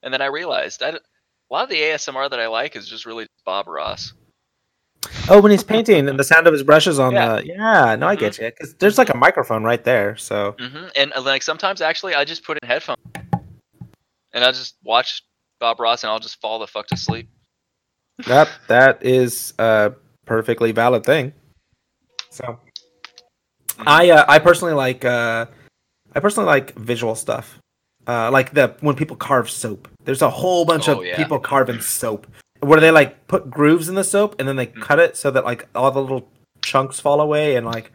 and then I realized I. d- A lot of the ASMR that I like is just really Bob Ross. Oh, when he's painting and the sound of his brushes on Yeah. Mm-hmm. the yeah, no, I get you. 'Cause there's like a microphone right there, so hmm And uh, like sometimes actually, I just put in headphones and I'll just watch Bob Ross and I'll just fall the fuck to sleep. That that is a perfectly valid thing. So I uh, I personally like uh, I personally like visual stuff. Uh, like the when people carve soap. There's a whole bunch Oh, of yeah. people carving soap where they like put grooves in the soap and then they Mm-hmm. cut it so that like all the little chunks fall away and like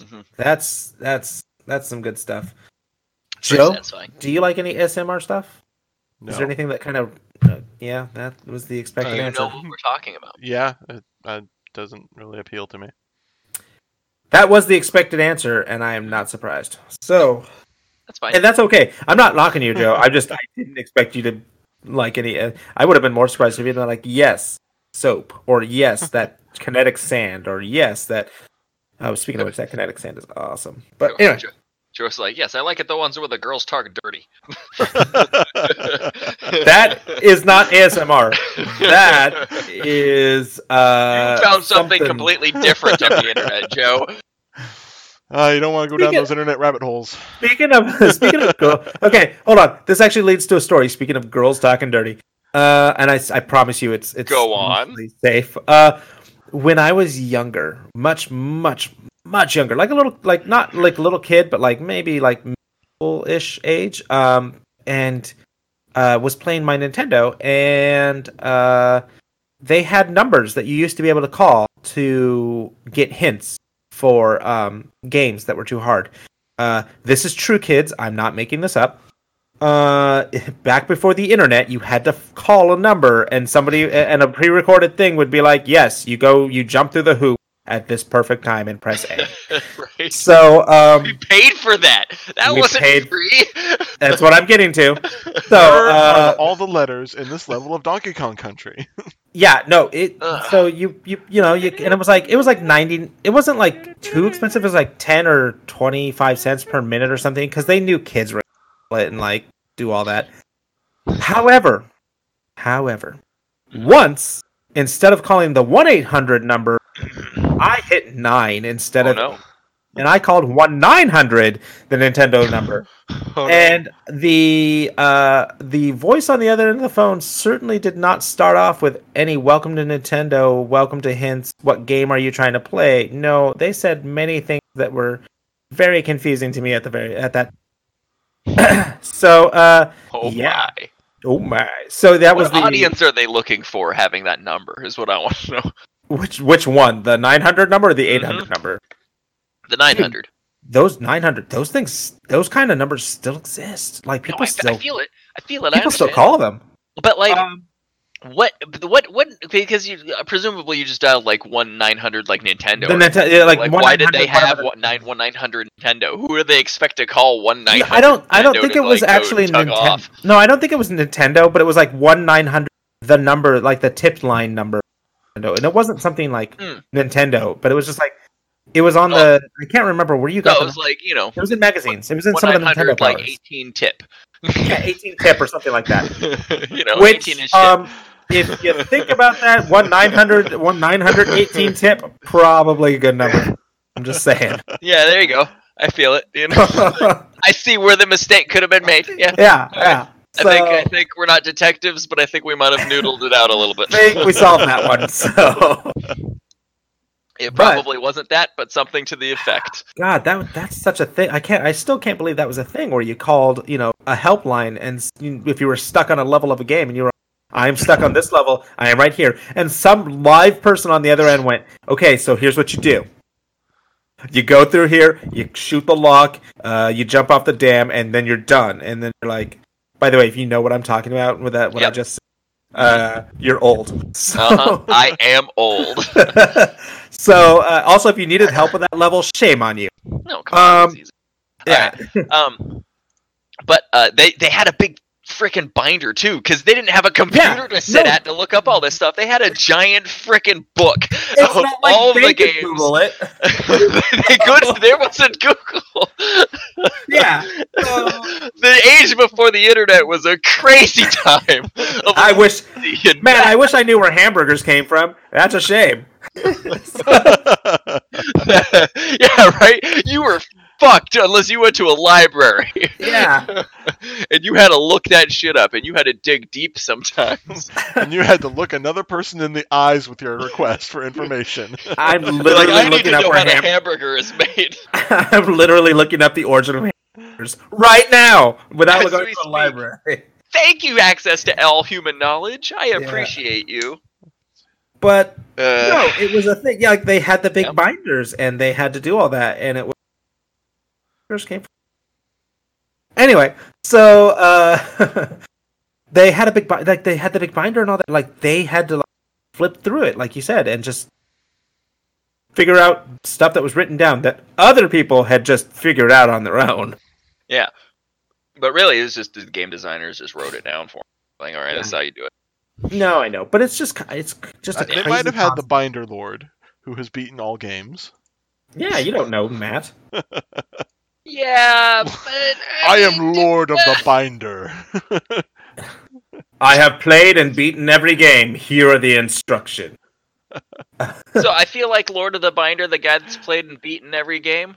Mhm. that's that's that's some good stuff. It's very Joe, satisfying. do you like any SMR stuff? No. Is there anything that kind of uh, yeah, that was the expected Do You answer. know what we're talking about. Yeah, it, it doesn't really appeal to me. (laughs) That was the expected answer, and I am not surprised. So, That's fine. and that's okay. I'm not knocking you, (laughs) Joe. I just I didn't expect you to like any. Uh, I would have been more surprised if you'd been like, yes, soap, (laughs) or yes, that kinetic sand, or yes, that. Oh, speaking of which, that kinetic sand is awesome. But anyway, Joe- Joe's like, yes, I like it the ones where the girls talk dirty. (laughs) that is not ASMR. (laughs) That is uh, you found something, completely different on the internet, (laughs) Joe. uh, you don't want to go down Speaking- those internet rabbit holes. Speaking of (laughs) speaking of girl, okay, hold on. This actually leads to a story. Speaking of girls talking dirty, uh, and I, I promise you, it's it's Go on. mostly safe. Uh, when I was younger, much much much younger, like a little like not like little kid, but like maybe like middle ish age, um, and uh, was playing my Nintendo, and uh, they had numbers that you used to be able to call to get hints for um, games that were too hard. Uh, this is true, kids. I'm not making this up. Uh, (laughs) back before the internet, you had to f- call a number, and somebody and a pre-recorded thing would be like, "Yes, you go, you jump through the hoop at this perfect time and press A." right? so We um, paid for that. That We wasn't paid- free. that's what I'm getting to. So Where uh, are all the letters in this level of Donkey Kong Country? Yeah, no, it. Ugh. So you you you know you and it was like it was like ninety. It wasn't like too expensive. It was like ten or twenty five cents per minute or something because they knew kids were gonna play it and like do all that. However, however, once instead of calling the one eight hundred number, I hit nine instead oh of no. and I called one nine hundred the Nintendo number Oh, and the uh, the voice on the other end of the phone certainly did not start off with any "Welcome to Nintendo," "Welcome to hints," "What game are you trying to play?" No, they said many things that were very confusing to me at the very at that. (clears throat) so, uh, Oh Yeah. my. oh my! So that was What the audience are they looking for having that number is what I want to know. Which which one? The nine hundred number or the eight Mm-hmm. number? The 900. Those nine hundred, those things, those kind of numbers still exist. Like No, people I, fe- I still feel it. I feel it. I people still understand. call them. But like, Um, what, what, what? Because you uh, presumably you just dialed like one nine hundred like Nintendo. The or Nintendo, yeah, like, like, why did 1-900, they whatever have one nine one nine hundred Nintendo? Who do they expect to call one nine? Yeah, I don't. I don't Nintendo think to, it was like, go actually tug Nintendo. off. No, I don't think it was Nintendo, but it was like one nine hundred, the number, like the tip line number. Nintendo, and it wasn't something like Hmm. Nintendo, but it was just like it was on Oh. the. I can't remember where you No, got. it the, was like you know, it was in magazines. It was in one some of nine the Nintendo hundred like like eighteen tip. (laughs) yeah, eighteen tip or something like (laughs) that. you know, eighteen is Which, shit. um, if you think about that, one nine hundred, one nine hundred eighteen tip, probably a good number. I'm just saying. (laughs) yeah, there you go. I feel it. You know, yeah, I see where the mistake could have been (laughs) made. Yeah. yeah. I think I think we're not detectives, but I think we might have noodled it out a little bit. think we solved that one. So It but- probably wasn't that, but something to the effect. God, that that's such a thing. I can't. I still can't believe that was a thing where you called, you know, a helpline, and s- you- if you were stuck on a level of a game, and you were, I'm stuck on this level. I am right here, and some live person on the other end went, okay, so here's what you do. You go through here, you shoot the lock, uh, you jump off the dam, and then you're done. And then you're like, by the way, if you know what I'm talking about with that, what I Yep. just, said, uh, you're old. (laughs) (laughs) So, Uh-huh. I am (laughs) old. so uh, also if you needed help with that level, shame on you. No, come on, it's easy. Um, Yeah. Um, but uh, they they had a big freaking binder too, because they didn't have a computer to sit no. at to look up all this stuff. They had a giant freaking book It's of not like all they the could games. Google it. (laughs) they (laughs) could. There wasn't Google. Yeah. (laughs) So, the age before the internet was a crazy (laughs) time. Of I wish, literacy and man, I wish I knew where hamburgers came from. That's a shame. (laughs) yeah, right. You were fucked unless you went to a library. Yeah. (laughs) and you had to look that shit up and you had to dig deep sometimes. (laughs) and you had to look another person in the eyes with your request for information. (laughs) (laughs) I'm But, like (laughs) literally I need to looking up know where how the ham- hamburger is made. (laughs) (laughs) I'm literally looking up the origin of hamburgers right now without As we going to speak. the library. Thank you, access to all human knowledge. I Yeah. appreciate you. But Uh, (laughs) no, it was a thing. Yeah, like they had the big Yeah. binders and they had to do all that, and it was first came. Anyway, so uh, (laughs) they had a big bi- like they had the big binder and all that. Like they had to like, flip through it, like you said, and just figure out stuff that was written down that other people had just figured out on their own. But really, it's just the game designers just wrote it down for. Me. Like, all right, that's how you do it. No, I know, but it's just ki- it's just a they crazy might have had the concept. Binder Lord, who has beaten all games. Yeah, you don't know, Matt. Yeah, but I am Lord of the Binder. (laughs) I have played and beaten every game. Here are the instructions. so I feel like Lord of the Binder, the guy that's played and beaten every game,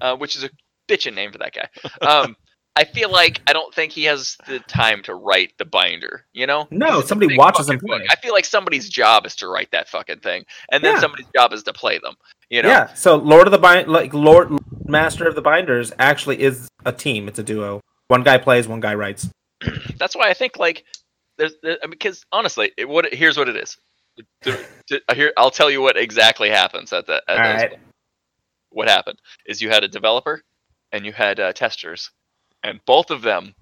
uh, which is a bitchin' name for that guy. Um, I feel like I don't think he has the time to write the binder. You know? No, 'Cause it's a somebody big watches him fucking book. play. I feel like somebody's job is to write that fucking thing, and then Yeah. somebody's job is to play them. You know? Yeah, so Lord of the Bind, like Lord Master of the Binders, actually is a team. It's a duo. One guy plays, one guy writes. That's why I think like there's there, I mean, because honestly, it, what it- here's what it is. The- the- I hear, I'll tell you what exactly happens at the. At All those- right. What happened is you had a developer and you had uh, testers, and both of them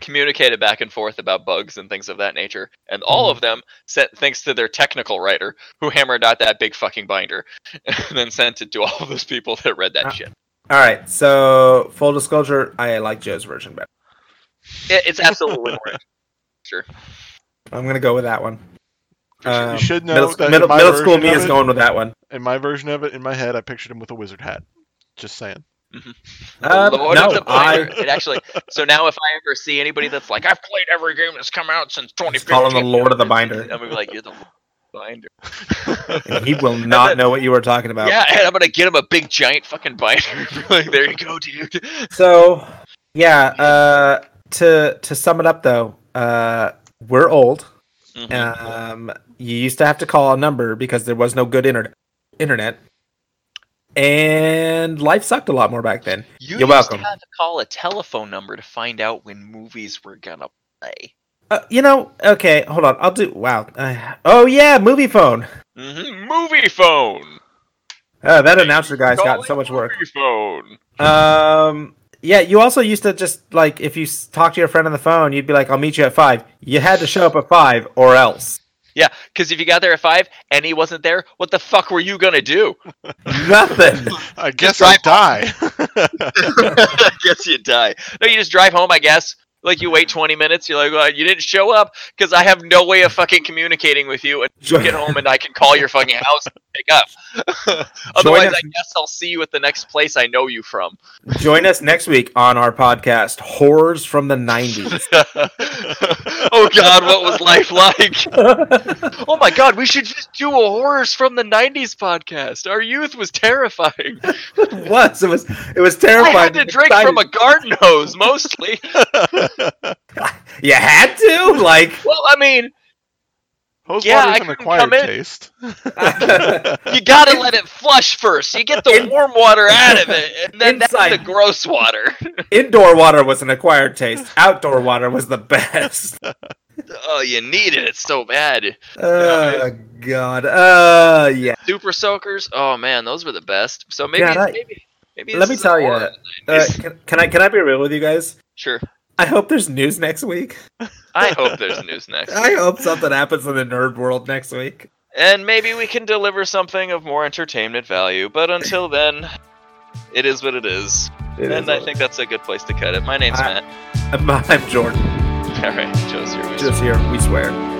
communicated back and forth about bugs and things of that nature, and all Mm-hmm. of them sent things to their technical writer who hammered out that big fucking binder, (laughs) and then sent it to all of those people that read that Uh, shit. All right. So full disclosure, I like Joe's version better. It, it's (laughs) absolutely worth. it. Sure. I'm gonna go with that one. Um, you should know middle, that in middle, my middle school version me of is it- going with that one. In my version of it, in my head, I pictured him with a wizard hat. Just saying. Um, Lord no, of the I Binder. It actually. So now, if I ever see anybody that's like, I've played every game that's come out since 2015, just call him the Lord of the Binder, I'm gonna be like, you're the Lord of the binder. and he (laughs) will not know what you were talking about. Yeah, and I'm gonna get him a big giant fucking binder. (laughs) like, there you go, dude. So, yeah. Uh, to to sum it up, though, uh, we're old. Mhm. Um, you used to have to call a number because there was no good internet. Internet, and life sucked a lot more back then. you you're used welcome. To have to call a telephone number to find out when movies were gonna play. Uh, you know, okay, hold on. I'll do. Wow. Uh, oh yeah, movie phone. hmm Movie phone. Uh, that announcer guy's Calling got so much work. Movie phone. Um, yeah, you also used to just like if you s- talk to your friend on the phone, you'd be like, "I'll meet you at five. You had to show up at five, or else. Yeah, because if you got there at five and he wasn't there, what the fuck were you gonna (laughs) do? Nothing. I guess I die. I guess you die. No, you just drive home, I guess. Like you wait 20 minutes, you're like, well, you didn't show up because I have no way of fucking communicating with you, and you Join- get home and I can call your fucking house and pick (laughs) up. Otherwise, us- I guess I'll see you at the next place I know you from. Join us next week on our podcast, Horrors from the 90s. oh God, what was life (laughs) like? oh my God, we should just do a horrors from the '90s podcast. Our youth was terrifying. it was. It was it was I had terrifying. to drink from a garden hose mostly. (laughs) You had to? (laughs) Like well, I mean, Hose Yeah, I water's an couldn't acquired come in. taste. you gotta let it flush first. You get the warm water out of it, and then Inside. that's the gross water. indoor water was an acquired taste. Outdoor water was the best. oh, you needed it so bad. Oh god. Uh yeah. Super soakers. Oh man, those were the best. So maybe, Yeah, that- maybe, maybe. Let me tell you. you. Uh, can, can I can I be real with you guys? Sure. I hope there's news next week. I hope (laughs) there's news next. I hope something happens in the nerd world next week. And maybe we can deliver something of more entertainment value. But until then, it is what it is. It and is I what- think that's a good place to cut it. My name's I- Matt. (laughs) I'm, I'm Jordan. All right, Joe's here. We Just here, we swear.